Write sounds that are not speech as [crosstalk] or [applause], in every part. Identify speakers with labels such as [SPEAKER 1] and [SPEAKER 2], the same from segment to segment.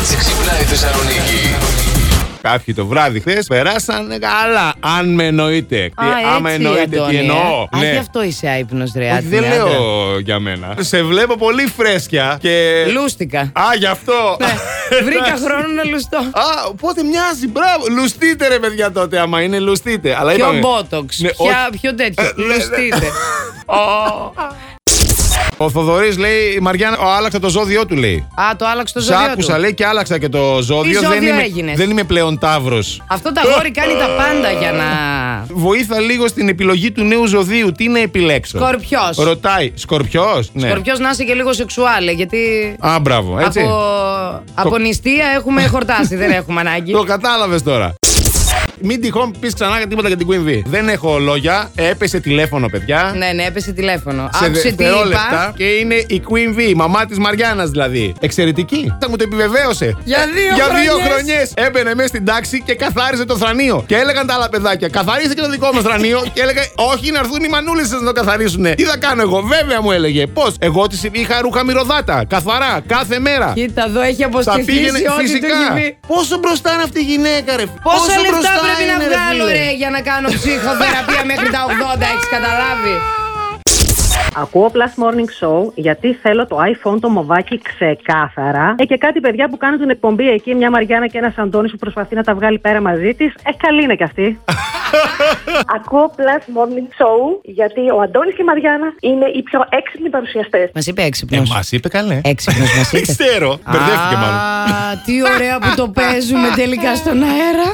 [SPEAKER 1] Έτσι ξυπνάει η Θεσσαλονίκη.
[SPEAKER 2] Κάποιοι το βράδυ χθες περάσανε καλά. Αν με εννοείτε. Τι-
[SPEAKER 3] Α,
[SPEAKER 2] Άμα
[SPEAKER 3] έτσι,
[SPEAKER 2] εννοείτε
[SPEAKER 3] Αντώνη,
[SPEAKER 2] τι
[SPEAKER 3] ε.
[SPEAKER 2] εννοώ. Ναι.
[SPEAKER 3] Α, γι' αυτό είσαι άϊπνος, ρε.
[SPEAKER 2] Όχι, δεν
[SPEAKER 3] άντρα.
[SPEAKER 2] λέω για μένα. Σε βλέπω πολύ φρέσκια και.
[SPEAKER 3] Λούστηκα.
[SPEAKER 2] Α, γι' αυτό.
[SPEAKER 3] Ναι.
[SPEAKER 2] [laughs]
[SPEAKER 3] Βρήκα χρόνο να λουστώ.
[SPEAKER 2] Α, οπότε μοιάζει, μπράβο. Λουστείτε ρε παιδιά τότε, άμα είναι λουστείτε. Αλλά
[SPEAKER 3] Πιο
[SPEAKER 2] είπαμε-
[SPEAKER 3] μπότοξ.
[SPEAKER 2] Ναι,
[SPEAKER 3] ποια-
[SPEAKER 2] όχι.
[SPEAKER 3] Πιο τέτοιο.
[SPEAKER 2] Ε, ναι, ναι.
[SPEAKER 3] Λουστείτε.
[SPEAKER 2] [laughs] Ο Θοδωρής λέει, η Μαριάννα, ο, άλλαξα το ζώδιό του λέει.
[SPEAKER 3] Α, το άλλαξε το
[SPEAKER 2] Σ'
[SPEAKER 3] ζώδιο
[SPEAKER 2] άκουσα,
[SPEAKER 3] του.
[SPEAKER 2] λέει και άλλαξα και το ζώδιο.
[SPEAKER 3] ζώδιο
[SPEAKER 2] δεν, είμαι,
[SPEAKER 3] έγινες?
[SPEAKER 2] δεν είμαι πλέον τάβρο.
[SPEAKER 3] Αυτό το αγόρι κάνει τα πάντα για να.
[SPEAKER 2] Βοήθα λίγο στην επιλογή του νέου ζωδίου. Τι να επιλέξω.
[SPEAKER 3] Σκορπιός.
[SPEAKER 2] Ρωτάει. Σκορπιός. Ναι.
[SPEAKER 3] Σκορπιός να είσαι και λίγο σεξουάλε, γιατί.
[SPEAKER 2] Α, μπράβο, έτσι.
[SPEAKER 3] Από, από νηστεία έχουμε χορτάσει, δεν έχουμε ανάγκη.
[SPEAKER 2] Το κατάλαβες τώρα. Μην τυχόν πεις ξανά τίποτα για την Queen V. Δεν έχω λόγια. Έπεσε τηλέφωνο, παιδιά.
[SPEAKER 3] ναι, ναι, έπεσε τηλέφωνο.
[SPEAKER 2] Σε
[SPEAKER 3] Άκουσε τι
[SPEAKER 2] δευτερόλεπτα
[SPEAKER 3] είπα.
[SPEAKER 2] και είναι η Queen V, η μαμά της Μαριάννας δηλαδή. Εξαιρετική. Θα μου το επιβεβαίωσε.
[SPEAKER 3] Για δύο
[SPEAKER 2] Για δύο
[SPEAKER 3] χρονιές.
[SPEAKER 2] χρονιές έμπαινε μέσα στην τάξη και καθάριζε το θρανίο. Και έλεγαν τα άλλα παιδάκια, καθαρίστε και το δικό μας
[SPEAKER 3] [laughs]
[SPEAKER 2] θρανίο. και έλεγε, Όχι, να έρθουν οι μανούλες σα να το καθαρίσουν. Τι θα κάνω εγώ, βέβαια μου έλεγε. Πώς, εγώ τη είχα ρούχα μυρωδάτα, καθαρά, κάθε μέρα.
[SPEAKER 3] Κοίτα εδώ έχει
[SPEAKER 2] Θα πήγαινε
[SPEAKER 3] αποστηθήσει ό,τι του έχει
[SPEAKER 2] φυσικά.
[SPEAKER 3] πει.
[SPEAKER 2] Πόσο μπροστά είναι αυτή η γυναίκα, ρε.
[SPEAKER 3] Πόσα λεφτά
[SPEAKER 2] μπροστά
[SPEAKER 3] πρέπει να
[SPEAKER 2] είναι,
[SPEAKER 3] βγάλω,
[SPEAKER 2] [laughs] φίλε.
[SPEAKER 3] ρε, για να κάνω ψυχοθεραπεία μέχρι τα 80, έχει
[SPEAKER 2] Ε,
[SPEAKER 3] καταλάβει.
[SPEAKER 4] Ακούω Plus Morning Show γιατί θέλω το iPhone το μοβάκι ξεκάθαρα. Ε, και κάτι παιδιά που κάνουν την εκπομπή εκεί, μια Μαριάννα και ένας Αντώνης που προσπαθεί να τα βγάλει πέρα μαζί της. Ε, καλή είναι κι αυτή.
[SPEAKER 5] Ακούω Plus Morning Show γιατί ο Αντώνης και η Μαριάννα είναι οι πιο έξυπνοι παρουσιαστές.
[SPEAKER 3] Μας είπε
[SPEAKER 2] Ε,
[SPEAKER 3] έξυπνο.
[SPEAKER 2] μας είπε καλέ.
[SPEAKER 3] Έξυπνος μας
[SPEAKER 2] Δεν
[SPEAKER 3] είπε.
[SPEAKER 2] ξέρω. Μπερδεύτηκε μάλλον.
[SPEAKER 3] Α, τι ωραία που το παίζουμε τελικά στον αέρα.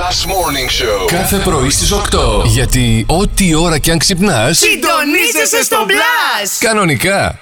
[SPEAKER 1] Last Morning Show.
[SPEAKER 6] Κάθε πρωί στις 8. Γιατί ό,τι ώρα κι αν ξυπνάς,
[SPEAKER 3] Συντονίζεσαι στο μπλα!
[SPEAKER 6] κανονικά.